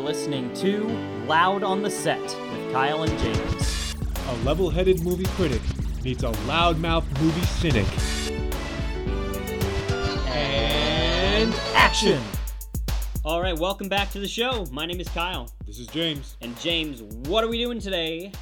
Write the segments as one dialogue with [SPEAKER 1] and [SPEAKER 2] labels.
[SPEAKER 1] listening to Loud on the Set with Kyle and James.
[SPEAKER 2] A level headed movie critic meets a loudmouth movie cynic.
[SPEAKER 1] And action! All right, welcome back to the show. My name is Kyle.
[SPEAKER 2] This is James.
[SPEAKER 1] And James, what are we doing today?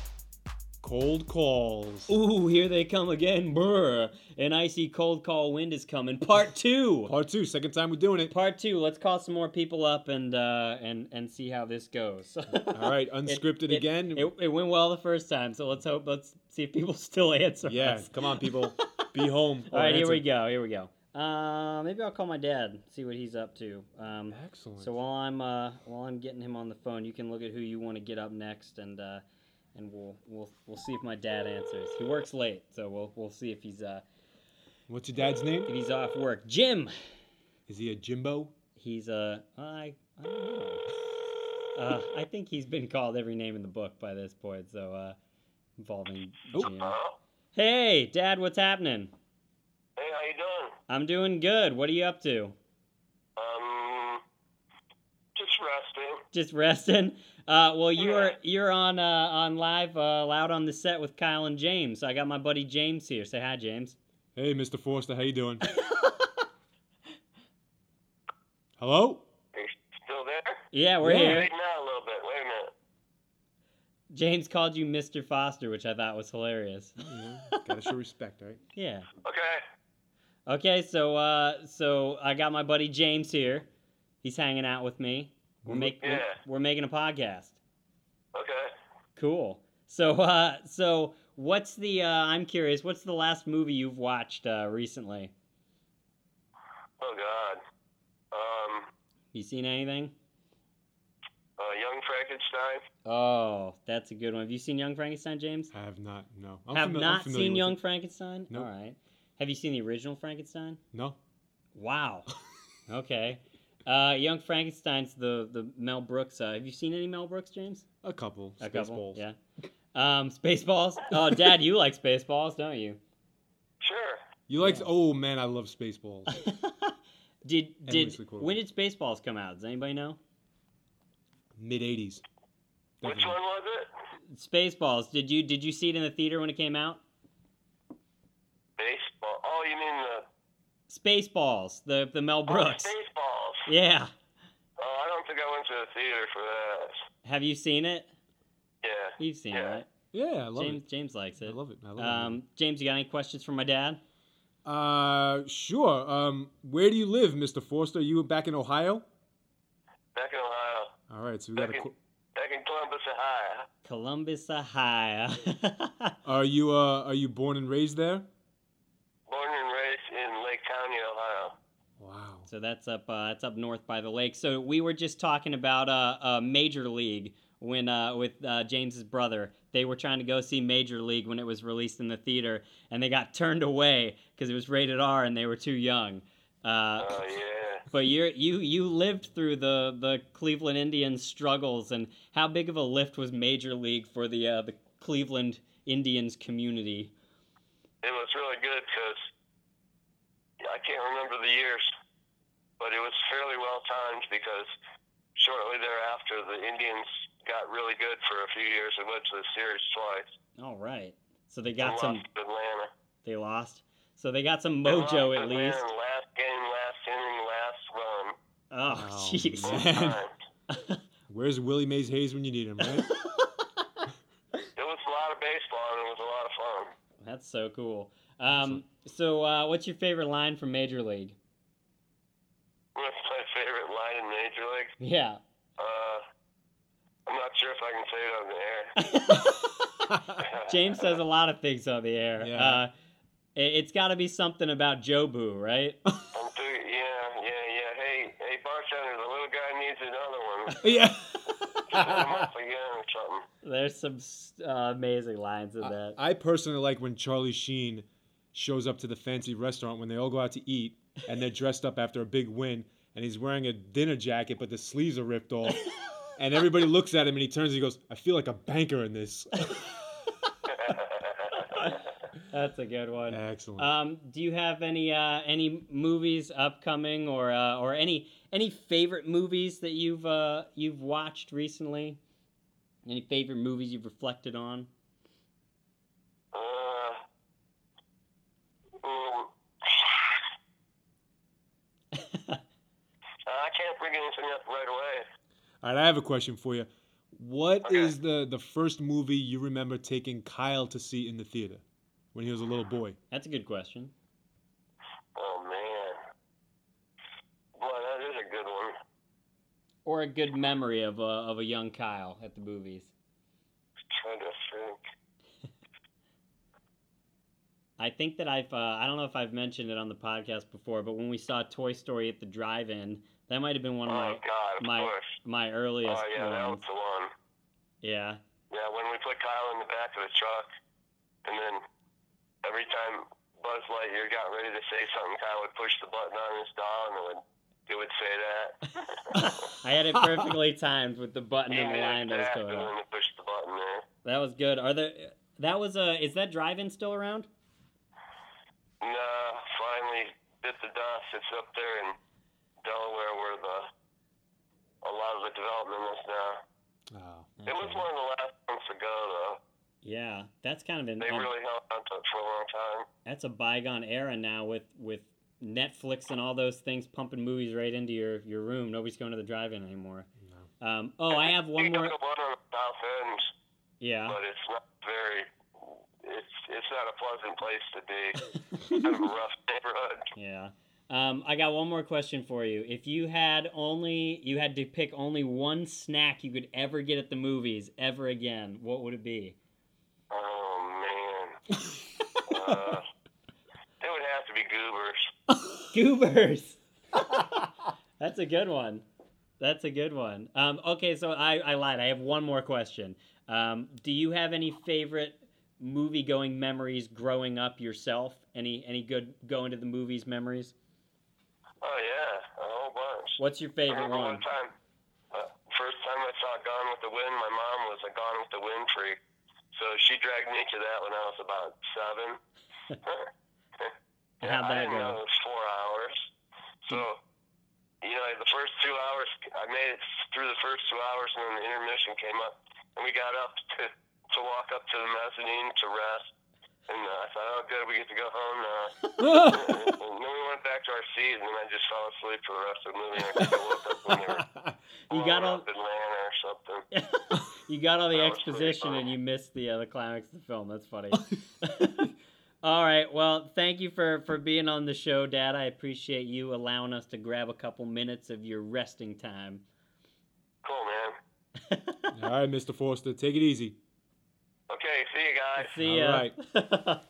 [SPEAKER 2] Cold calls.
[SPEAKER 1] Ooh, here they come again. Brr. An icy cold call wind is coming. Part two.
[SPEAKER 2] Part two, second time we're doing it.
[SPEAKER 1] Part two. Let's call some more people up and uh, and and see how this goes.
[SPEAKER 2] All right, unscripted
[SPEAKER 1] It-
[SPEAKER 2] again.
[SPEAKER 1] It, it went well the first time, so let's hope. Let's see if people still answer.
[SPEAKER 2] yeah,
[SPEAKER 1] us.
[SPEAKER 2] come on, people. Be home.
[SPEAKER 1] All right, here we go. Here we go. Uh, maybe I'll call my dad, see what he's up to. Um,
[SPEAKER 2] Excellent.
[SPEAKER 1] so while I'm uh, while I'm getting him on the phone, you can look at who you want to get up next, and uh, and we'll we'll we'll see if my dad answers. He works late, so we'll we'll see if he's uh
[SPEAKER 2] What's your dad's name?
[SPEAKER 1] if he's off work. Jim,
[SPEAKER 2] Is he a Jimbo?
[SPEAKER 1] he's uh I I don't know. Uh, I think he's been called every name in the book by this point, so uh, involving
[SPEAKER 2] Oh.
[SPEAKER 1] Jim. Hey, Dad, what's happening?
[SPEAKER 3] Hey, how you doing?
[SPEAKER 1] I'm doing good. What are you up to?
[SPEAKER 3] Um, just resting.
[SPEAKER 1] just resting. Uh, well, you
[SPEAKER 3] Yeah.
[SPEAKER 1] are you're on uh, on live uh, loud on the set with Kyle and James. I got my buddy James here. Say hi, James.
[SPEAKER 2] Hey, Mr. Forster, how you doing? Hello?
[SPEAKER 3] Are you still there?
[SPEAKER 1] Yeah, we're
[SPEAKER 2] Yeah.
[SPEAKER 1] here.
[SPEAKER 3] Wait now a little bit. Wait a minute.
[SPEAKER 1] James called you Mr. Foster, which I thought was hilarious.
[SPEAKER 2] Gotta show respect, right?
[SPEAKER 1] yeah.
[SPEAKER 3] Okay.
[SPEAKER 1] Okay, so uh, so I got my buddy James here. He's hanging out with me. We're making
[SPEAKER 3] Yeah.
[SPEAKER 1] we're making a podcast.
[SPEAKER 3] Okay.
[SPEAKER 1] Cool. So uh, so what's the uh, I'm curious. What's the last movie you've watched uh, recently?
[SPEAKER 3] Oh God. Um,
[SPEAKER 1] You seen anything?
[SPEAKER 3] uh, Young Frankenstein.
[SPEAKER 1] Oh, that's a good one. Have you seen Young Frankenstein, James?
[SPEAKER 2] I have not, no.
[SPEAKER 1] have
[SPEAKER 2] fami-
[SPEAKER 1] not
[SPEAKER 2] familiar
[SPEAKER 1] seen
[SPEAKER 2] with
[SPEAKER 1] Young
[SPEAKER 2] it.
[SPEAKER 1] Frankenstein.
[SPEAKER 2] Nope.
[SPEAKER 1] All right. Have you seen the original Frankenstein?
[SPEAKER 2] No?
[SPEAKER 1] Wow. okay. Uh, Young Frankenstein's the the Mel Brooks. Uh, have you seen any Mel Brooks, James?
[SPEAKER 2] A couple.
[SPEAKER 1] A couple.
[SPEAKER 2] Spaceballs.
[SPEAKER 1] Yeah. Um, Spaceballs. Oh, Dad, you like Spaceballs, don't you?
[SPEAKER 3] Sure.
[SPEAKER 2] You like,
[SPEAKER 1] Yeah.
[SPEAKER 2] oh man, I love Spaceballs.
[SPEAKER 1] did did
[SPEAKER 2] Endlessly quotable.
[SPEAKER 1] when did Spaceballs come out? Does anybody know?
[SPEAKER 2] Mid 80s.
[SPEAKER 3] Which
[SPEAKER 2] Mm-hmm.
[SPEAKER 3] one was it?
[SPEAKER 1] Spaceballs. Did you did you see it in the theater when it came out?
[SPEAKER 3] Baseball. Oh, you mean the
[SPEAKER 1] Spaceballs. The the Mel
[SPEAKER 3] oh,
[SPEAKER 1] Brooks.
[SPEAKER 3] Spaceballs.
[SPEAKER 1] Yeah.
[SPEAKER 3] Oh, I don't think I went to the theater for that.
[SPEAKER 1] Have you seen it?
[SPEAKER 3] Yeah.
[SPEAKER 1] You've seen it,
[SPEAKER 3] Yeah.
[SPEAKER 1] right?
[SPEAKER 2] Yeah, I love
[SPEAKER 1] James, James likes
[SPEAKER 2] it.
[SPEAKER 1] it.
[SPEAKER 2] I love it. I love it.
[SPEAKER 1] Um, James, you got any questions for my dad?
[SPEAKER 2] Uh, sure. Um, where do you live, Mr. Forster? Are you back in Ohio?
[SPEAKER 3] Back in Ohio.
[SPEAKER 2] All right, so we got a.
[SPEAKER 3] Back in-
[SPEAKER 2] qu-
[SPEAKER 3] Back in Columbus, Ohio.
[SPEAKER 1] Columbus, Ohio.
[SPEAKER 2] Are you uh, are you born and raised there?
[SPEAKER 3] Born and raised in Lake County, Ohio.
[SPEAKER 2] Wow.
[SPEAKER 1] so that's up. Uh, that's up north by the lake. So we were just talking about uh, uh, Major League when uh, with uh, James's brother. They were trying to go see Major League when it was released in the theater, and they got turned away because it was rated R and they were too young. Uh,
[SPEAKER 3] Oh yeah.
[SPEAKER 1] but you you you lived through the the Cleveland Indians struggles and how big of a lift was Major League for the uh, the Cleveland Indians community?
[SPEAKER 3] it was really good because I can't remember the years, but it was fairly well timed because shortly thereafter the Indians got really good for a few years and went to the series twice.
[SPEAKER 1] All right, so they
[SPEAKER 3] and
[SPEAKER 1] got some
[SPEAKER 3] lost to Atlanta.
[SPEAKER 1] they lost, so they got some
[SPEAKER 3] They
[SPEAKER 1] mojo
[SPEAKER 3] lost to
[SPEAKER 1] at
[SPEAKER 3] Atlanta
[SPEAKER 1] least.
[SPEAKER 3] Last game, last inning, last run.
[SPEAKER 1] Oh
[SPEAKER 2] Wow.
[SPEAKER 1] jeez,
[SPEAKER 3] Both
[SPEAKER 2] Man.
[SPEAKER 3] times.
[SPEAKER 2] Where's Willie Mays Hayes when you need him, right?
[SPEAKER 3] It was a lot of baseball and it was a lot of fun.
[SPEAKER 1] that's so cool. Um, so uh, what's your favorite line from Major League?
[SPEAKER 3] What's my favorite line in Major League?
[SPEAKER 1] Yeah,
[SPEAKER 3] Uh, I'm not sure if I can say it on the air.
[SPEAKER 1] James says a lot of things on the air.
[SPEAKER 2] Yeah.
[SPEAKER 1] Uh, it- it's got to be something about Jobu, right?
[SPEAKER 3] I'm through. Yeah, yeah, yeah. Hey, hey, bartender, the little guy needs another one.
[SPEAKER 2] yeah.
[SPEAKER 3] Set him up again or something.
[SPEAKER 1] There's some s- uh, amazing lines in
[SPEAKER 2] I,
[SPEAKER 1] that.
[SPEAKER 2] I personally like when Charlie Sheen shows up to the fancy restaurant when they all go out to eat and they're dressed up after a big win and he's wearing a dinner jacket but the sleeves are ripped off and everybody looks at him and he turns and he goes, I feel like a banker in this.
[SPEAKER 1] That's a good one.
[SPEAKER 2] Excellent.
[SPEAKER 1] Um, do you have any uh, any movies upcoming or uh, or any any favorite movies that you've uh, you've watched recently? Any favorite movies you've reflected on?
[SPEAKER 3] Uh, mm, I can't bring anything up right away.
[SPEAKER 2] All right, I have a question for you. What
[SPEAKER 3] Okay.
[SPEAKER 2] is the the first movie you remember taking Kyle to see in the theater when he was a little boy?
[SPEAKER 1] That's a good question.
[SPEAKER 3] Oh man, boy, that is a good one.
[SPEAKER 1] Or a good memory of a, of a young Kyle at the movies.
[SPEAKER 3] Trying to think.
[SPEAKER 1] I think that I've uh, I don't know if I've mentioned it on the podcast before, but when we saw Toy Story at the drive-in, that might have been one of
[SPEAKER 3] Oh
[SPEAKER 1] my
[SPEAKER 3] God, of
[SPEAKER 1] my-
[SPEAKER 3] course.
[SPEAKER 1] my earliest
[SPEAKER 3] Oh yeah, that was
[SPEAKER 1] ones.
[SPEAKER 3] the one.
[SPEAKER 1] Yeah.
[SPEAKER 3] Yeah, when we put Kyle in the back of the truck, and then every time Buzz Lightyear got ready to say something, Kyle would push the button on his doll, and it would it would say that.
[SPEAKER 2] Ah,
[SPEAKER 1] I had it perfectly timed with the button
[SPEAKER 3] He
[SPEAKER 1] and the
[SPEAKER 3] knew
[SPEAKER 1] line that was
[SPEAKER 3] exactly
[SPEAKER 1] going on.
[SPEAKER 3] when to push the button there.
[SPEAKER 1] That was good. Are there? That was uh Is that drive-in still around?
[SPEAKER 3] No, finally bit the dust. It's up there in Delaware where the a lot of the development is now.
[SPEAKER 2] Oh,
[SPEAKER 3] It was one of the last ones to go though.
[SPEAKER 1] Yeah, that's kind of an.
[SPEAKER 3] They
[SPEAKER 1] um,
[SPEAKER 3] really held on to it for a long time.
[SPEAKER 1] that's a bygone era now with with Netflix and all those things pumping movies right into your your room. Nobody's going to the drive-in anymore.
[SPEAKER 2] mm,
[SPEAKER 1] Um, oh, I have one
[SPEAKER 3] We
[SPEAKER 1] more.
[SPEAKER 3] took a one on the south end,
[SPEAKER 1] Yeah.
[SPEAKER 3] but it's not very. It's it's not a pleasant place to be. kind of a rough neighborhood.
[SPEAKER 1] Yeah. Um, I got one more question for you. If you had only you had to pick only one snack you could ever get at the movies ever again, what would it be?
[SPEAKER 3] Oh man. uh, it would have to be goobers.
[SPEAKER 1] Goobers. That's a good one. That's a good one. Um, okay, so I, I lied. I have one more question. Um, do you have any favorite movie going memories growing up yourself? Any any good going to the movies memories?
[SPEAKER 3] Oh yeah, a whole bunch.
[SPEAKER 1] What's your
[SPEAKER 3] I
[SPEAKER 1] favorite
[SPEAKER 3] remember
[SPEAKER 1] one?
[SPEAKER 3] one time, uh, first time I saw Gone with the Wind, my mom was a Gone with the Wind freak, so she dragged me to that when I was about seven.
[SPEAKER 1] How'd
[SPEAKER 3] I
[SPEAKER 1] that
[SPEAKER 3] didn't know
[SPEAKER 1] go?
[SPEAKER 3] it was four hours. So, you know, the first two hours, I made it through the first two hours, and then the intermission came up, and we got up to to walk up to the mezzanine to rest. And uh, I thought, oh, good, we get to go home now. and then we went back to our seat, and then I just fell asleep for the rest of the movie. I think I woke up when they were
[SPEAKER 1] You got
[SPEAKER 3] blowing
[SPEAKER 1] all
[SPEAKER 3] up Atlanta or something.
[SPEAKER 1] you got all the
[SPEAKER 3] That was pretty
[SPEAKER 1] exposition
[SPEAKER 3] fun.
[SPEAKER 1] and you missed the uh, the climax of the film. That's funny. all right. Well, thank you for for being on the show, Dad. I appreciate you allowing us to grab a couple minutes of your resting time.
[SPEAKER 3] Cool, man.
[SPEAKER 2] All right, Mr. Forster, take it easy.
[SPEAKER 3] Okay, see you guys.
[SPEAKER 1] See ya.
[SPEAKER 2] Alright.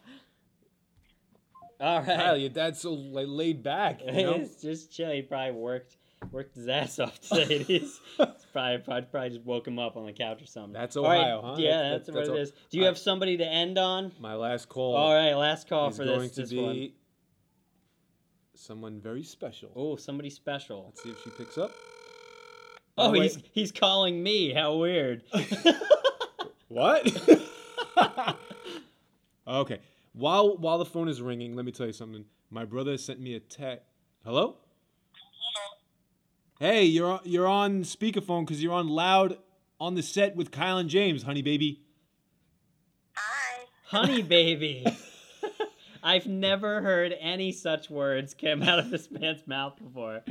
[SPEAKER 1] All right.
[SPEAKER 2] Kyle, your dad's so like, laid back. You know?
[SPEAKER 1] It's just chill. He probably worked worked his ass off today. He's, it's probably, probably probably just woke him up on the couch or something.
[SPEAKER 2] That's
[SPEAKER 1] All right,
[SPEAKER 2] Ohio, huh?
[SPEAKER 1] Yeah, that's,
[SPEAKER 2] That's- that's-
[SPEAKER 1] what it
[SPEAKER 2] that's
[SPEAKER 1] is. Do you
[SPEAKER 2] I-
[SPEAKER 1] have somebody to end on?
[SPEAKER 2] My last call
[SPEAKER 1] All right, last call
[SPEAKER 2] is
[SPEAKER 1] for
[SPEAKER 2] going
[SPEAKER 1] this.
[SPEAKER 2] to
[SPEAKER 1] this
[SPEAKER 2] be
[SPEAKER 1] one.
[SPEAKER 2] someone very special.
[SPEAKER 1] Oh, somebody special.
[SPEAKER 2] Let's see if she picks up.
[SPEAKER 1] Oh,
[SPEAKER 2] Wait.
[SPEAKER 1] he's he's calling me. How weird.
[SPEAKER 2] What? okay. While while the phone is ringing, let me tell you something. My brother sent me a text. Hello. Hey, you're on- you're on speakerphone because you're on loud on the set with Kyle and James, honey baby.
[SPEAKER 4] Hi.
[SPEAKER 1] Honey baby. I've never heard any such words come out of this man's mouth before.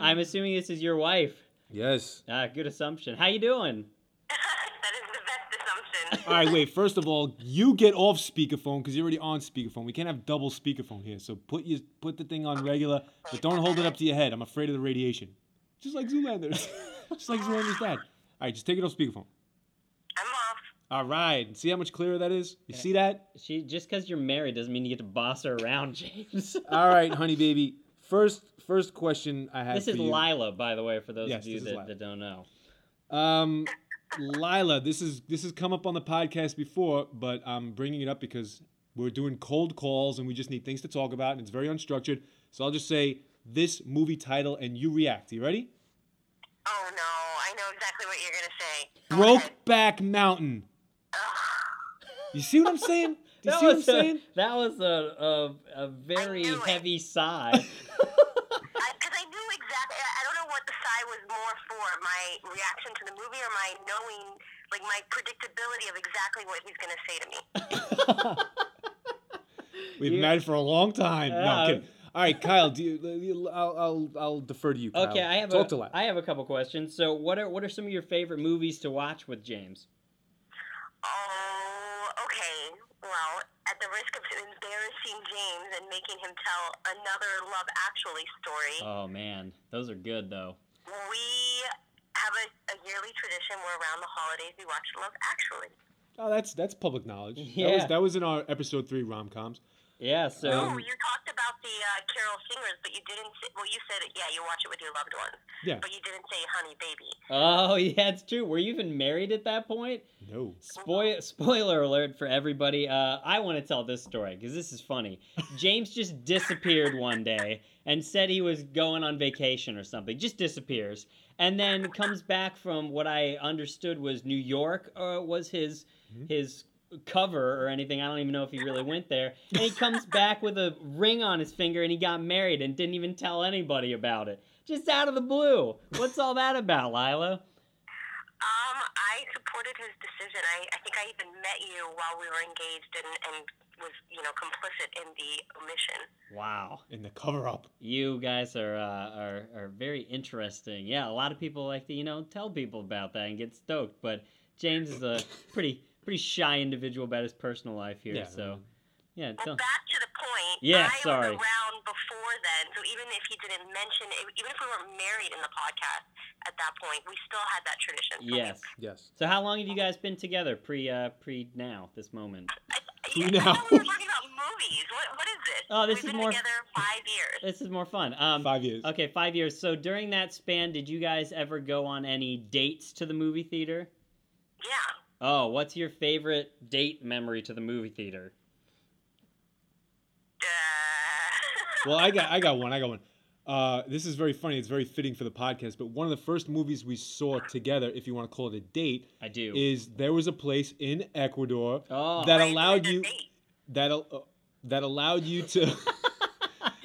[SPEAKER 1] I'm assuming this is your wife.
[SPEAKER 2] Yes.
[SPEAKER 1] Ah, good assumption. How you doing?
[SPEAKER 4] that is the best assumption.
[SPEAKER 1] Uh,
[SPEAKER 2] All right, wait. First of all, you get off speakerphone because you're already on speakerphone. We can't have double speakerphone here. So put you put the thing on regular, but don't hold it up to your head. I'm afraid of the radiation. Just like Zoolander's. just like Zoolander's dad. All right, just take it off speakerphone.
[SPEAKER 4] I'm off.
[SPEAKER 2] All right. See how much clearer that is? You see that?
[SPEAKER 1] She just because you're married doesn't mean you get to boss her around, James.
[SPEAKER 2] All right, honey baby. First first question I have
[SPEAKER 1] this is
[SPEAKER 2] for you.
[SPEAKER 1] Lila, by the way, for those
[SPEAKER 2] Yes,
[SPEAKER 1] of you
[SPEAKER 2] this is
[SPEAKER 1] that,
[SPEAKER 2] Lila.
[SPEAKER 1] that don't know.
[SPEAKER 2] Um Lila, this is this has come up on the podcast before, but I'm bringing it up because we're doing cold calls and we just need things to talk about and it's very unstructured. So I'll just say this movie title and you react. You ready?
[SPEAKER 4] Oh no, I know exactly what you're gonna say. Go ahead.
[SPEAKER 2] Brokeback Mountain. You see what I'm saying? You
[SPEAKER 1] that
[SPEAKER 2] see what I'm
[SPEAKER 1] was a,
[SPEAKER 2] saying?
[SPEAKER 1] that was a a, a very
[SPEAKER 3] knew it.
[SPEAKER 1] heavy sigh.
[SPEAKER 3] Because I, knew exactly. I I don't know what the sigh was more for my reaction to the movie or my knowing, like my predictability of exactly what he's going to say to me.
[SPEAKER 2] We've
[SPEAKER 1] You-
[SPEAKER 2] been at it for a long time. No,
[SPEAKER 1] Yeah.
[SPEAKER 2] I'm kidding. All right, Kyle. Do you, you- I'll, I'll I'll defer to you. Kyle.
[SPEAKER 1] okay, I have
[SPEAKER 2] talked a
[SPEAKER 1] a
[SPEAKER 2] lot.
[SPEAKER 1] I have a couple questions. So what are what are some of your favorite movies to watch with James?
[SPEAKER 3] Oh, okay. Well, at the risk of embarrassing James and making him tell another Love Actually story,
[SPEAKER 1] Oh man, those are good though.
[SPEAKER 3] we have a, a yearly tradition where around the holidays we watch Love Actually.
[SPEAKER 2] oh, that's that's public knowledge. That
[SPEAKER 1] Yeah.
[SPEAKER 2] was that was in our episode three rom coms.
[SPEAKER 1] Yeah. So
[SPEAKER 2] Um,
[SPEAKER 3] oh, you talked about the uh, Carol Singers, but you didn't. Say, well, you said yeah, you watch it with your loved ones.
[SPEAKER 2] Yeah.
[SPEAKER 3] But you didn't say Honey Baby.
[SPEAKER 1] oh yeah, it's true. Were you even married at that point?
[SPEAKER 2] No.
[SPEAKER 1] Spoil spoiler alert for everybody. Uh, I want to tell this story because this is funny. James just disappeared one day and said he was going on vacation or something. Just disappears and then comes back from what I understood was New York or was his
[SPEAKER 2] Mhm.
[SPEAKER 1] his cover or anything. I don't even know if he really went there. And he comes back with a ring on his finger and he got married and didn't even tell anybody about it. Just out of the blue. What's all that about, Lila?
[SPEAKER 3] Um, I supported his decision. I, I think I even met you while we were engaged and, and was, you know, complicit in the omission.
[SPEAKER 1] Wow.
[SPEAKER 2] In the cover up.
[SPEAKER 1] You guys are, uh, are are very interesting. Yeah, a lot of people like to you know tell people about that and get stoked, but James is a pretty pretty shy individual about his personal life here.
[SPEAKER 2] Yeah.
[SPEAKER 1] so yeah,
[SPEAKER 3] Well,
[SPEAKER 1] tell,
[SPEAKER 3] back to the point.
[SPEAKER 1] Yeah,
[SPEAKER 3] I
[SPEAKER 1] sorry.
[SPEAKER 3] was around before then, so even if he didn't mention it, even if we weren't married in the podcast at that point, we still had that tradition. So we-
[SPEAKER 1] yes.
[SPEAKER 2] Yes.
[SPEAKER 1] So how long have you guys been together pre uh, pre now this moment?
[SPEAKER 2] Who
[SPEAKER 3] I, I thought
[SPEAKER 2] now?
[SPEAKER 3] we were talking about movies. What, what is this?
[SPEAKER 1] Oh, this
[SPEAKER 3] We've
[SPEAKER 1] is
[SPEAKER 3] been
[SPEAKER 1] more-
[SPEAKER 3] together five years.
[SPEAKER 1] This is more fun. Um,
[SPEAKER 2] Five years.
[SPEAKER 1] Okay, five years. So during that span, did you guys ever go on any dates to the movie theater?
[SPEAKER 3] Yeah.
[SPEAKER 1] Oh, what's your favorite date memory to the movie theater?
[SPEAKER 3] Uh,
[SPEAKER 2] Well, I got I got one. I got one. Uh, this is very funny. It's very fitting for the podcast. But one of the first movies we saw together, if you want to call it a date,
[SPEAKER 1] I do.
[SPEAKER 2] is there was a place in Ecuador
[SPEAKER 1] oh,
[SPEAKER 2] that
[SPEAKER 3] Wait,
[SPEAKER 2] allowed
[SPEAKER 3] there's a
[SPEAKER 2] you-
[SPEAKER 3] date.
[SPEAKER 2] that al- uh, that allowed you to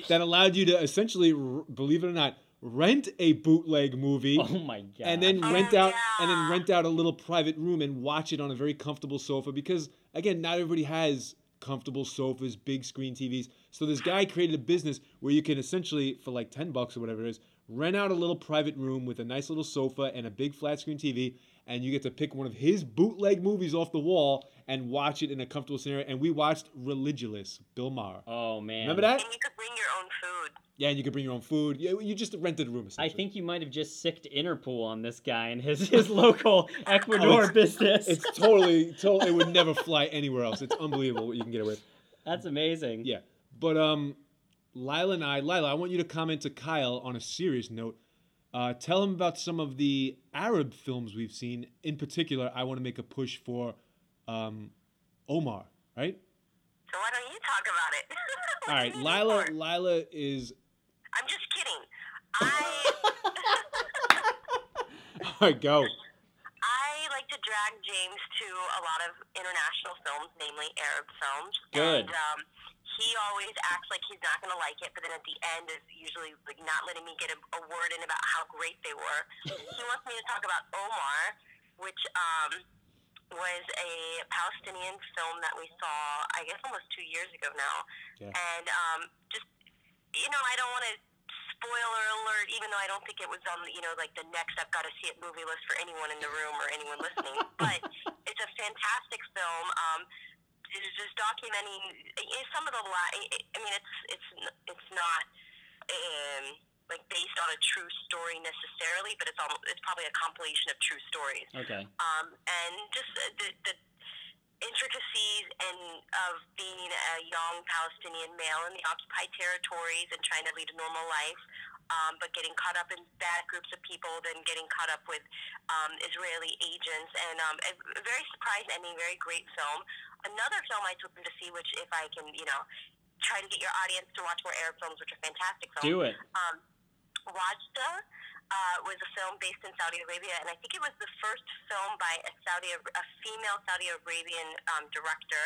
[SPEAKER 2] that allowed you to essentially, r- believe it or not, rent a bootleg movie.
[SPEAKER 1] oh my god.
[SPEAKER 2] and then
[SPEAKER 3] Oh,
[SPEAKER 2] rent out and
[SPEAKER 3] yeah.
[SPEAKER 2] then rent out a little private room and watch it on a very comfortable sofa because again not everybody has comfortable sofas big screen tvs so this guy created a business where you can essentially for like 10 bucks or whatever it is rent out a little private room with a nice little sofa and a big flat screen tv and you get to pick one of his bootleg movies off the wall and watch it in a comfortable scenario and we watched religious bill maher
[SPEAKER 1] Oh man.
[SPEAKER 2] remember that
[SPEAKER 3] And you could bring your own food.
[SPEAKER 2] yeah and you could bring your own food yeah you just rented a room
[SPEAKER 1] I
[SPEAKER 2] essentially.
[SPEAKER 1] think you might have just sicked Interpol on this guy and his, his local Ecuador
[SPEAKER 2] Oh, it's-
[SPEAKER 1] business.
[SPEAKER 2] it's totally, totally. It would never fly anywhere else. It's unbelievable what you can get away with.
[SPEAKER 1] That's amazing.
[SPEAKER 2] Yeah. But um, Lila and I, Lila, I want you to comment to Kyle on a serious note. Uh, tell him about some of the Arab films we've seen. In particular, I want to make a push for um, Omar. Right.
[SPEAKER 3] So why don't you talk about it? What
[SPEAKER 2] All
[SPEAKER 3] do
[SPEAKER 2] right.
[SPEAKER 3] you need
[SPEAKER 2] Lila.
[SPEAKER 3] it for?
[SPEAKER 2] Lila is.
[SPEAKER 3] I'm just kidding. I
[SPEAKER 2] All right. Go.
[SPEAKER 3] I like to drag James to a lot of international films, namely Arab films.
[SPEAKER 1] Good.
[SPEAKER 3] And um, he always acts like he's not going to like it, but then at the end is usually like not letting me get a, a word in about how great they were. he wants me to talk about Omar, which um, was a Palestinian film that we saw, I guess, almost two years ago now.
[SPEAKER 2] Yeah.
[SPEAKER 3] And um, just you know, I don't want to spoiler alert, even though I don't think it was on, you know, like the next I've got to see it movie list for anyone in the room or anyone listening. but it's a fantastic film. Um, it's just documenting it's some of the li I mean, it's it's n- it's not um, like based on a true story necessarily, but it's almost, it's probably a compilation of true stories
[SPEAKER 1] Okay.
[SPEAKER 3] um, and just uh, the, the intricacies and of being a young Palestinian male in the occupied territories and trying to lead a normal life, um, but getting caught up in bad groups of people, then getting caught up with um, Israeli agents, and um, a a very surprised ending, very great film. Another film I took them to see, which if I can, you know, try to get your audience to watch more Arab films, which are fantastic films
[SPEAKER 1] Do it.
[SPEAKER 3] um, Wajda uh, was a film based in Saudi Arabia, and I think it was the first film by a Saudi, a female Saudi Arabian um, director,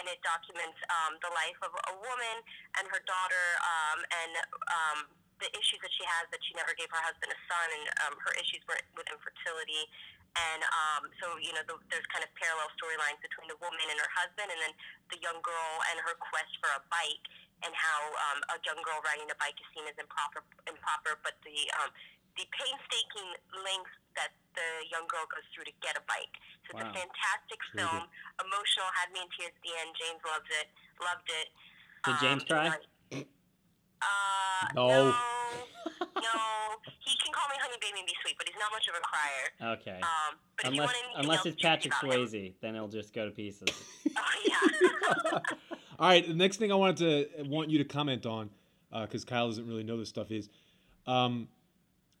[SPEAKER 3] and it documents um, the life of a woman and her daughter um, and um, the issues that she has that she never gave her husband a son and um, her issues were with infertility. And um, so, you know, the, there's kind of parallel storylines between the woman and her husband and then the young girl and her quest for a bike and how um, a young girl riding a bike is seen as improper, improper but the, um, the painstaking lengths that the young girl goes through to get a bike. So it's
[SPEAKER 1] Wow.
[SPEAKER 3] a fantastic
[SPEAKER 2] Very
[SPEAKER 3] film.
[SPEAKER 1] Mm-hmm.
[SPEAKER 3] Emotional, had me in tears at the end. James loves it. Loved it. Um,
[SPEAKER 1] Did James cry?
[SPEAKER 3] Uh,
[SPEAKER 2] No.
[SPEAKER 3] no. No. He can call me Honey Baby and be sweet, but he's not much of a crier.
[SPEAKER 1] Okay.
[SPEAKER 3] Um,
[SPEAKER 1] unless
[SPEAKER 3] but if you want anything
[SPEAKER 1] unless
[SPEAKER 3] else,
[SPEAKER 1] it's
[SPEAKER 3] check
[SPEAKER 1] Patrick
[SPEAKER 3] out him.
[SPEAKER 1] Swayze, then it'll just go to pieces.
[SPEAKER 3] Oh, yeah.
[SPEAKER 2] All right, the next thing I wanted to want you to comment on, because Kyle doesn't really know this stuff, is um,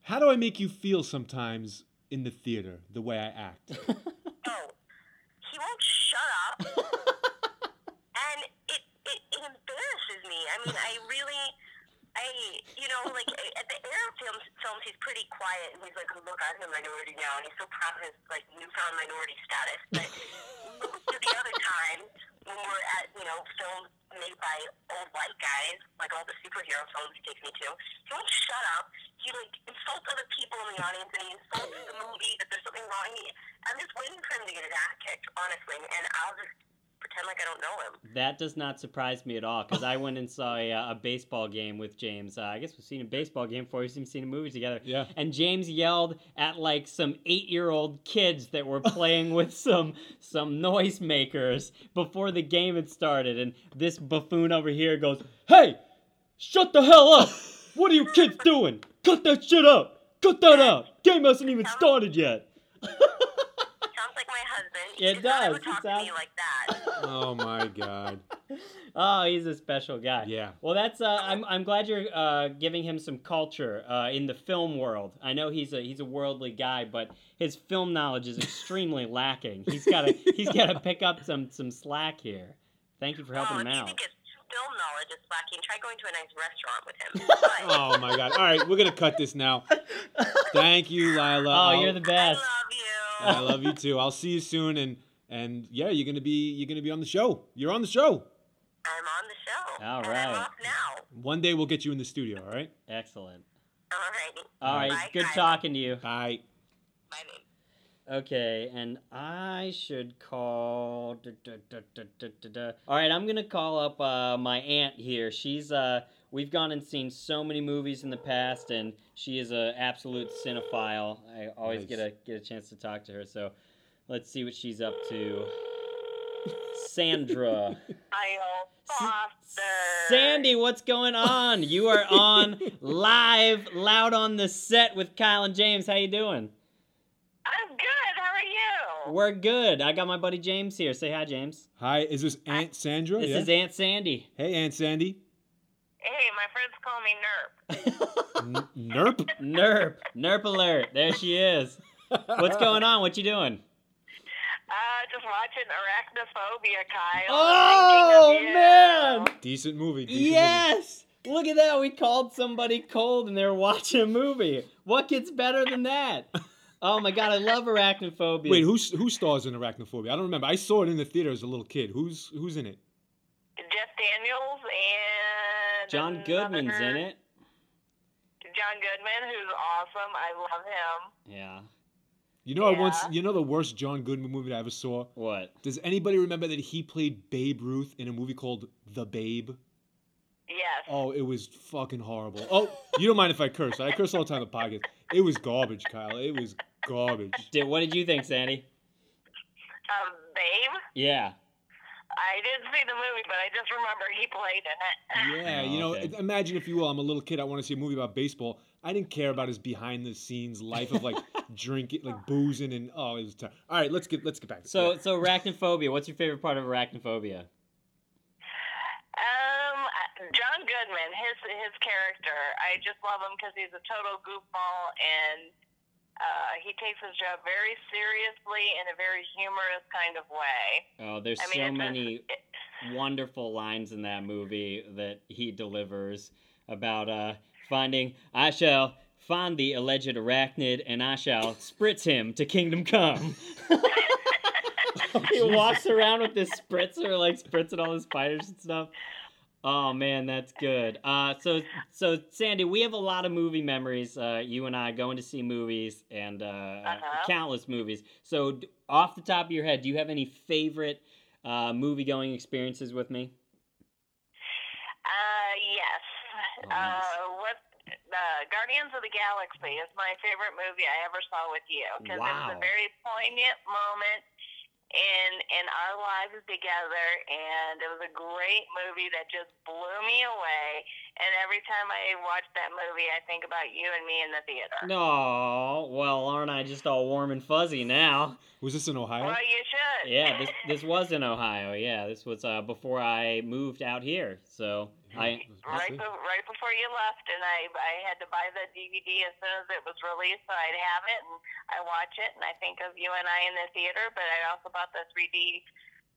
[SPEAKER 2] how do I make you feel sometimes in the theater the way I act?
[SPEAKER 3] No. He won't shut up. and it, it, it embarrasses me. I mean, I really, I, you know, like at the Arab films, films, he's pretty quiet and he's like, "Oh, look, I'm a minority now. And he's so proud of his, like, newfound minority status. But most of the other time, when we're at, you know, films made by old white guys, like all the superhero films he takes me to, he won't shut up. He, like, insults other people in the audience and he insults the movie that there's something wrong. He, I'm just waiting for him to get his ass kicked, honestly, and I'll just pretend like I don't know him.
[SPEAKER 1] that does not surprise me at all because I went and saw a, uh, a baseball game with James. Uh, I guess we've seen a baseball game before. We've even seen a movie together.
[SPEAKER 2] Yeah.
[SPEAKER 1] And James yelled at like some eight-year-old kids that were playing with some some noisemakers before the game had started. And this buffoon over here goes, "Hey, shut the hell up! What are you kids doing? Cut that shit up! Cut that out! Game hasn't even started yet."
[SPEAKER 3] Sounds like my husband.
[SPEAKER 1] It
[SPEAKER 3] He's not
[SPEAKER 1] does.
[SPEAKER 3] ever talk
[SPEAKER 1] It
[SPEAKER 3] to me
[SPEAKER 1] sounds-
[SPEAKER 3] like that.
[SPEAKER 2] oh my God.
[SPEAKER 1] Oh, he's a special guy.
[SPEAKER 2] Yeah.
[SPEAKER 1] Well, that's. Uh, I'm. I'm glad you're uh, giving him some culture uh, in the film world. I know he's a he's a worldly guy, but his film knowledge is extremely lacking. He's got to he's got to pick up some some slack here. Thank you for helping
[SPEAKER 3] oh,
[SPEAKER 1] him
[SPEAKER 3] if you
[SPEAKER 1] out.
[SPEAKER 3] think his film knowledge is lacking, try going to a nice restaurant with him. But
[SPEAKER 2] Oh my God. All right, we're going to cut this now. Thank you, Lila.
[SPEAKER 1] Oh,
[SPEAKER 2] I'll-
[SPEAKER 1] you're the
[SPEAKER 3] I
[SPEAKER 1] best.
[SPEAKER 3] love you.
[SPEAKER 2] I love you too. I'll see you soon, and and yeah, you're gonna be you're gonna be on the show. You're on the show.
[SPEAKER 3] I'm on the show.
[SPEAKER 1] All
[SPEAKER 3] and I'm
[SPEAKER 1] right.
[SPEAKER 3] off now.
[SPEAKER 2] One day we'll get you in the studio. All right.
[SPEAKER 1] Excellent.
[SPEAKER 3] All righty.
[SPEAKER 1] All right.
[SPEAKER 3] Bye,
[SPEAKER 1] good
[SPEAKER 3] guys.
[SPEAKER 1] talking to you.
[SPEAKER 2] Bye.
[SPEAKER 3] Bye, babe.
[SPEAKER 1] Okay, and I should call. duh, duh, duh, duh, duh, duh, duh. All right, I'm gonna call up uh, my aunt here. She's uh, we've gone and seen so many movies in the past, and she is a absolute cinephile. I always
[SPEAKER 2] Nice.
[SPEAKER 1] get a get a chance to talk to her. So, let's see what she's up to. Sandra,
[SPEAKER 3] Kyle Foster.
[SPEAKER 1] Sandy, what's going on? You are on live, loud on the set with Kyle and James. How you doing?
[SPEAKER 3] I'm good. How are you?
[SPEAKER 1] We're good. I got my buddy James here. Say hi, James.
[SPEAKER 2] Hi. Is this Aunt Sandra?
[SPEAKER 1] This
[SPEAKER 2] Yeah.
[SPEAKER 1] is Aunt Sandy.
[SPEAKER 2] hey, Aunt Sandy.
[SPEAKER 3] Hey, my friends call me Nerp.
[SPEAKER 2] N- nerp.
[SPEAKER 1] Nerp. Nerp alert. There she is. What's going on? What you doing?
[SPEAKER 3] Uh, just watching Arachnophobia, Kyle.
[SPEAKER 1] Oh,
[SPEAKER 3] Thinking of you.
[SPEAKER 1] man.
[SPEAKER 2] Decent movie. Decent
[SPEAKER 1] Yes. Look at that. We called somebody cold and they're watching a movie. What gets better than that? Oh my god, I love arachnophobia.
[SPEAKER 2] Movie. Wait, who's who stars in Arachnophobia? I don't remember. I saw it in the theater as a little kid. Who's who's in it?
[SPEAKER 3] Jeff Daniels and
[SPEAKER 1] John Goodman's in
[SPEAKER 3] another-
[SPEAKER 1] it.
[SPEAKER 3] John Goodman, who's awesome. I love him.
[SPEAKER 1] Yeah.
[SPEAKER 2] You know, I once
[SPEAKER 3] Yeah.
[SPEAKER 2] you know the worst John Goodman movie I ever saw.
[SPEAKER 1] What?
[SPEAKER 2] Does anybody remember that he played Babe Ruth in a movie called The Babe?
[SPEAKER 3] Yes.
[SPEAKER 2] Oh, it was fucking horrible. Oh, you don't mind if I curse? I curse all the time on podcast. It was garbage, Kyle. It was garbage.
[SPEAKER 1] Did what did you think, Sandy?
[SPEAKER 3] Um, babe,
[SPEAKER 1] Yeah.
[SPEAKER 3] I didn't see the movie, but I just remember he played in it.
[SPEAKER 2] Yeah, you know,
[SPEAKER 1] Oh, Okay.
[SPEAKER 2] imagine if you will, I'm a little kid. I want to see a movie about baseball. I didn't care about his behind the scenes life of like drinking, like boozing, and oh, it was terrible. All right, let's get let's get back. to
[SPEAKER 1] So so arachnophobia. What's your favorite part of arachnophobia?
[SPEAKER 3] Um, John Goodman, his his character, I just love him because he's a total goofball and uh, he takes his job very seriously in a very humorous kind of way.
[SPEAKER 1] Oh, there's
[SPEAKER 3] I mean,
[SPEAKER 1] so
[SPEAKER 3] it's a-
[SPEAKER 1] many wonderful lines in that movie that he delivers about uh, finding. I shall find the alleged arachnid, and I shall spritz him to kingdom come. he walks around with this spritzer, like spritzing all the spiders and stuff. Oh man, that's good. Uh, so so Sandy, we have a lot of movie memories. Uh, you and I going to see movies and uh,
[SPEAKER 3] Uh-huh.
[SPEAKER 1] countless movies. So d- off the top of your head, do you have any favorite uh, movie going experiences with me?
[SPEAKER 3] Uh, yes.
[SPEAKER 1] Oh, nice.
[SPEAKER 3] Uh, what? Uh, Guardians of the Galaxy is my favorite movie I ever saw with you because it's
[SPEAKER 1] Wow.
[SPEAKER 3] a very poignant moment in in our lives together, and it was a great movie that just blew me away. And every time I watch that movie, I think about you and me in the theater.
[SPEAKER 1] No, well, aren't I just all warm and fuzzy now?
[SPEAKER 2] Was this in Ohio?
[SPEAKER 3] Well, you should.
[SPEAKER 1] Yeah, this this was in Ohio. Yeah, this was uh, before I moved out here. So I
[SPEAKER 3] Right, be- right before you left, and I I had to buy the DVD as soon as it was released, so I'd have it and I watch it, and I think of you and I in the theater. But I also bought the 3D,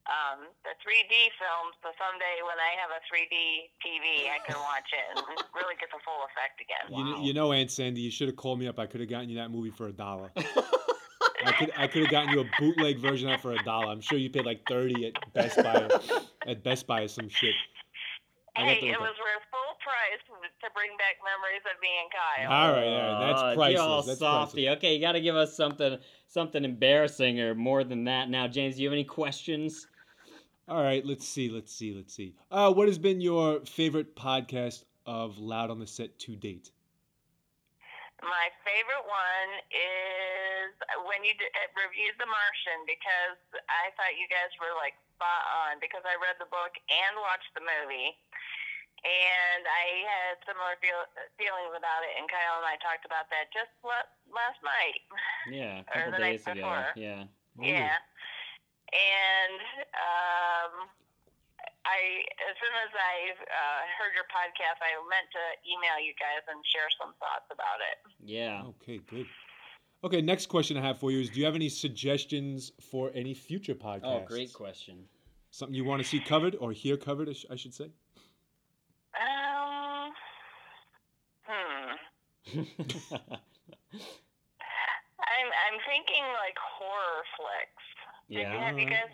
[SPEAKER 3] um, the 3D film, so someday when I have a 3D TV, I can watch it and really get the full effect again.
[SPEAKER 2] You,
[SPEAKER 1] Wow.
[SPEAKER 2] kn- you know, Aunt Sandy, you should have called me up. I could have gotten you that movie for a dollar. I could I could have gotten you a bootleg version of it for a dollar. I'm sure you paid like thirty at Best Buy, at Best Buy or some shit. I got
[SPEAKER 3] Hey,
[SPEAKER 2] the-
[SPEAKER 3] it was worth full price to bring back memories of me and Kyle.
[SPEAKER 2] All right, all right, that's
[SPEAKER 1] Oh,
[SPEAKER 2] priceless.
[SPEAKER 1] You're all
[SPEAKER 2] that's
[SPEAKER 1] softy. Okay, you got to give us something something embarrassing or more than that. Now, James, do you have any questions?
[SPEAKER 2] priceless. All right, let's see, let's see, let's see. Uh, what has been your favorite podcast of Loud on the Set to date?
[SPEAKER 3] My favorite one is when you did, uh, reviewed The Martian because I thought you guys were like spot on because I read the book and watched the movie. And I had similar feel, feelings about it, and Kyle and I talked about that just la- last night.
[SPEAKER 1] Yeah, a couple
[SPEAKER 3] Or the
[SPEAKER 1] days
[SPEAKER 3] night
[SPEAKER 1] ago.
[SPEAKER 3] before.
[SPEAKER 1] Yeah.
[SPEAKER 3] Yeah. And um, I, as soon as I uh, heard your podcast, I meant to email you guys and share some thoughts about it.
[SPEAKER 1] Yeah.
[SPEAKER 2] Okay, good. Okay, next question I have for you is: Do you have any suggestions for any future
[SPEAKER 1] Oh,
[SPEAKER 2] podcasts?
[SPEAKER 1] great question.
[SPEAKER 2] Something you want to see covered or hear covered, I, sh- I should say.
[SPEAKER 3] Um, hmm. I'm I'm thinking like horror flicks. Did you, have you
[SPEAKER 2] Yeah.
[SPEAKER 3] guys?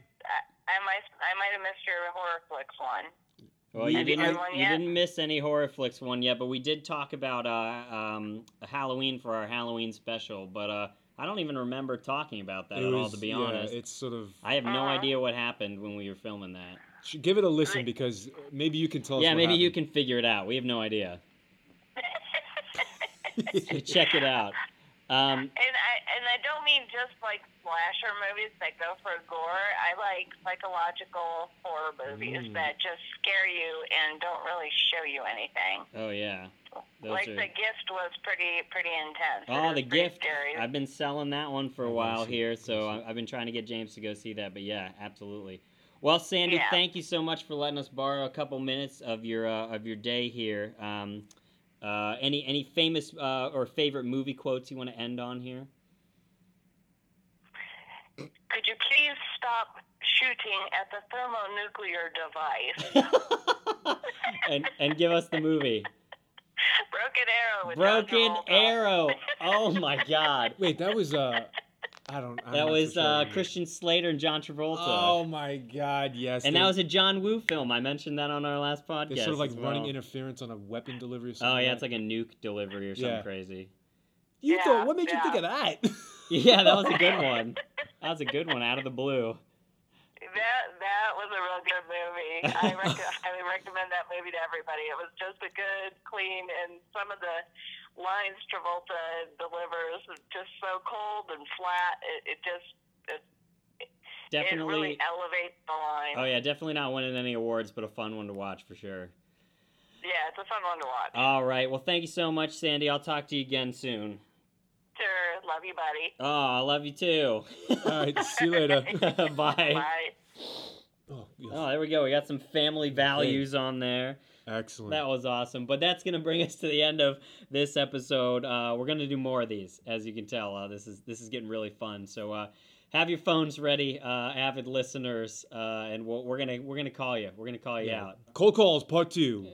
[SPEAKER 3] I, I might I might have missed your horror flicks one.
[SPEAKER 1] Well, you
[SPEAKER 2] Have you
[SPEAKER 1] didn't,
[SPEAKER 3] done one
[SPEAKER 1] you
[SPEAKER 3] yet?
[SPEAKER 1] didn't miss any horror flicks one yet, but we did talk about uh, um, Halloween for our Halloween special. But uh, I don't even remember talking about that
[SPEAKER 2] It
[SPEAKER 1] at all,
[SPEAKER 2] was-
[SPEAKER 1] to be
[SPEAKER 2] yeah,
[SPEAKER 1] honest.
[SPEAKER 2] It's sort of
[SPEAKER 1] I have no
[SPEAKER 3] Uh-huh.
[SPEAKER 1] idea what happened when we were filming that.
[SPEAKER 2] Sh- Give it a listen because maybe you can tell us.
[SPEAKER 1] yeah,
[SPEAKER 2] what
[SPEAKER 1] maybe you
[SPEAKER 2] happened.
[SPEAKER 1] can figure it out. We have no idea. So check it out. Um,
[SPEAKER 3] And I and I don't mean just like slasher movies that go for gore. I like psychological horror movies
[SPEAKER 2] Mm.
[SPEAKER 3] that just scare you and don't really show you anything.
[SPEAKER 1] oh yeah, those
[SPEAKER 3] like
[SPEAKER 1] are.
[SPEAKER 3] The Gift was pretty pretty intense. It
[SPEAKER 1] Oh,
[SPEAKER 3] was
[SPEAKER 1] the
[SPEAKER 3] pretty
[SPEAKER 1] gift.
[SPEAKER 3] Scary.
[SPEAKER 1] I've been selling that one for
[SPEAKER 2] I
[SPEAKER 1] a
[SPEAKER 2] wanna
[SPEAKER 1] while
[SPEAKER 2] see it, I
[SPEAKER 1] here,
[SPEAKER 2] wanna
[SPEAKER 1] so
[SPEAKER 2] see
[SPEAKER 1] I- I've been trying to get James to go see that. But yeah, absolutely. Well, Sandy,
[SPEAKER 3] Yeah.
[SPEAKER 1] thank you so much for letting us borrow a couple minutes of your uh, of your day here. Um, uh, any any famous uh, or favorite movie quotes you want to end on here?
[SPEAKER 3] Could you please stop shooting at the thermonuclear device?
[SPEAKER 1] and and give us the movie
[SPEAKER 3] Broken Arrow. With John
[SPEAKER 1] Broken
[SPEAKER 3] Travolta.
[SPEAKER 1] Arrow. Oh my God,
[SPEAKER 2] Wait, that was uh, I don't. I'm
[SPEAKER 1] that
[SPEAKER 2] not
[SPEAKER 1] was
[SPEAKER 2] too sure
[SPEAKER 1] uh,
[SPEAKER 2] anymore.
[SPEAKER 1] Christian Slater and John Travolta.
[SPEAKER 2] Oh my God, yes.
[SPEAKER 1] And
[SPEAKER 2] they-
[SPEAKER 1] that was a John Woo film. I mentioned that on our last podcast.
[SPEAKER 2] They're sort of like
[SPEAKER 1] as
[SPEAKER 2] running
[SPEAKER 1] well.
[SPEAKER 2] interference on a weapon delivery. Or something
[SPEAKER 1] Oh yeah,
[SPEAKER 2] that.
[SPEAKER 1] it's like a nuke delivery or something
[SPEAKER 2] Yeah.
[SPEAKER 1] crazy.
[SPEAKER 2] You thought?
[SPEAKER 3] Yeah,
[SPEAKER 2] What made you think
[SPEAKER 3] yeah.
[SPEAKER 2] of that?
[SPEAKER 1] Yeah, that was a good one. That was a good one out of the blue.
[SPEAKER 3] That that was a real good movie. I rec- highly recommend that movie to everybody. It was just a good, clean, and some of the lines Travolta delivers is just so cold and flat. It, it just it, it
[SPEAKER 1] Definitely.
[SPEAKER 3] really elevates the line.
[SPEAKER 1] oh yeah, definitely not winning any awards, but a fun one to watch for sure.
[SPEAKER 3] yeah, it's a fun one to watch.
[SPEAKER 1] All right. Well, thank you so much, Sandy. I'll talk to you again soon.
[SPEAKER 3] sure, love you, buddy.
[SPEAKER 1] Oh, I love you too.
[SPEAKER 2] All right, see you later.
[SPEAKER 1] Bye.
[SPEAKER 3] Bye.
[SPEAKER 2] Oh, yes.
[SPEAKER 1] Oh, there we go. We got some family values on there.
[SPEAKER 2] Excellent.
[SPEAKER 1] That was awesome. But that's going to bring us to the end of this episode. Uh, we're going to do more of these, as you can tell. Uh, this is this is getting really fun. So uh, have your phones ready, uh, avid listeners, uh, and we'll, we're gonna we're gonna call you. We're gonna call you
[SPEAKER 2] Yeah.
[SPEAKER 1] out.
[SPEAKER 2] Cold calls part two.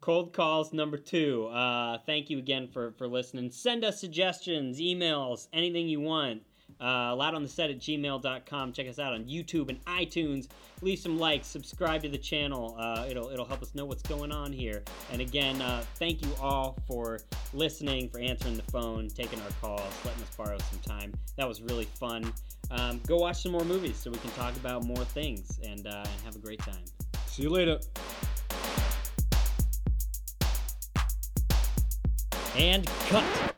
[SPEAKER 1] Cold calls number two. Uh, thank you again for for listening. Send us suggestions, emails, anything you want. Uh, loudontheset at gmail.com. Check us out on YouTube and iTunes. Leave some likes, subscribe to the channel. Uh, it'll, it'll help us know what's going on here. And again, uh, thank you all for listening, for answering the phone, taking our calls, letting us borrow some time. That was really fun. Um, go watch some more movies so we can talk about more things and, uh, and have a great time.
[SPEAKER 2] See you later.
[SPEAKER 1] And cut.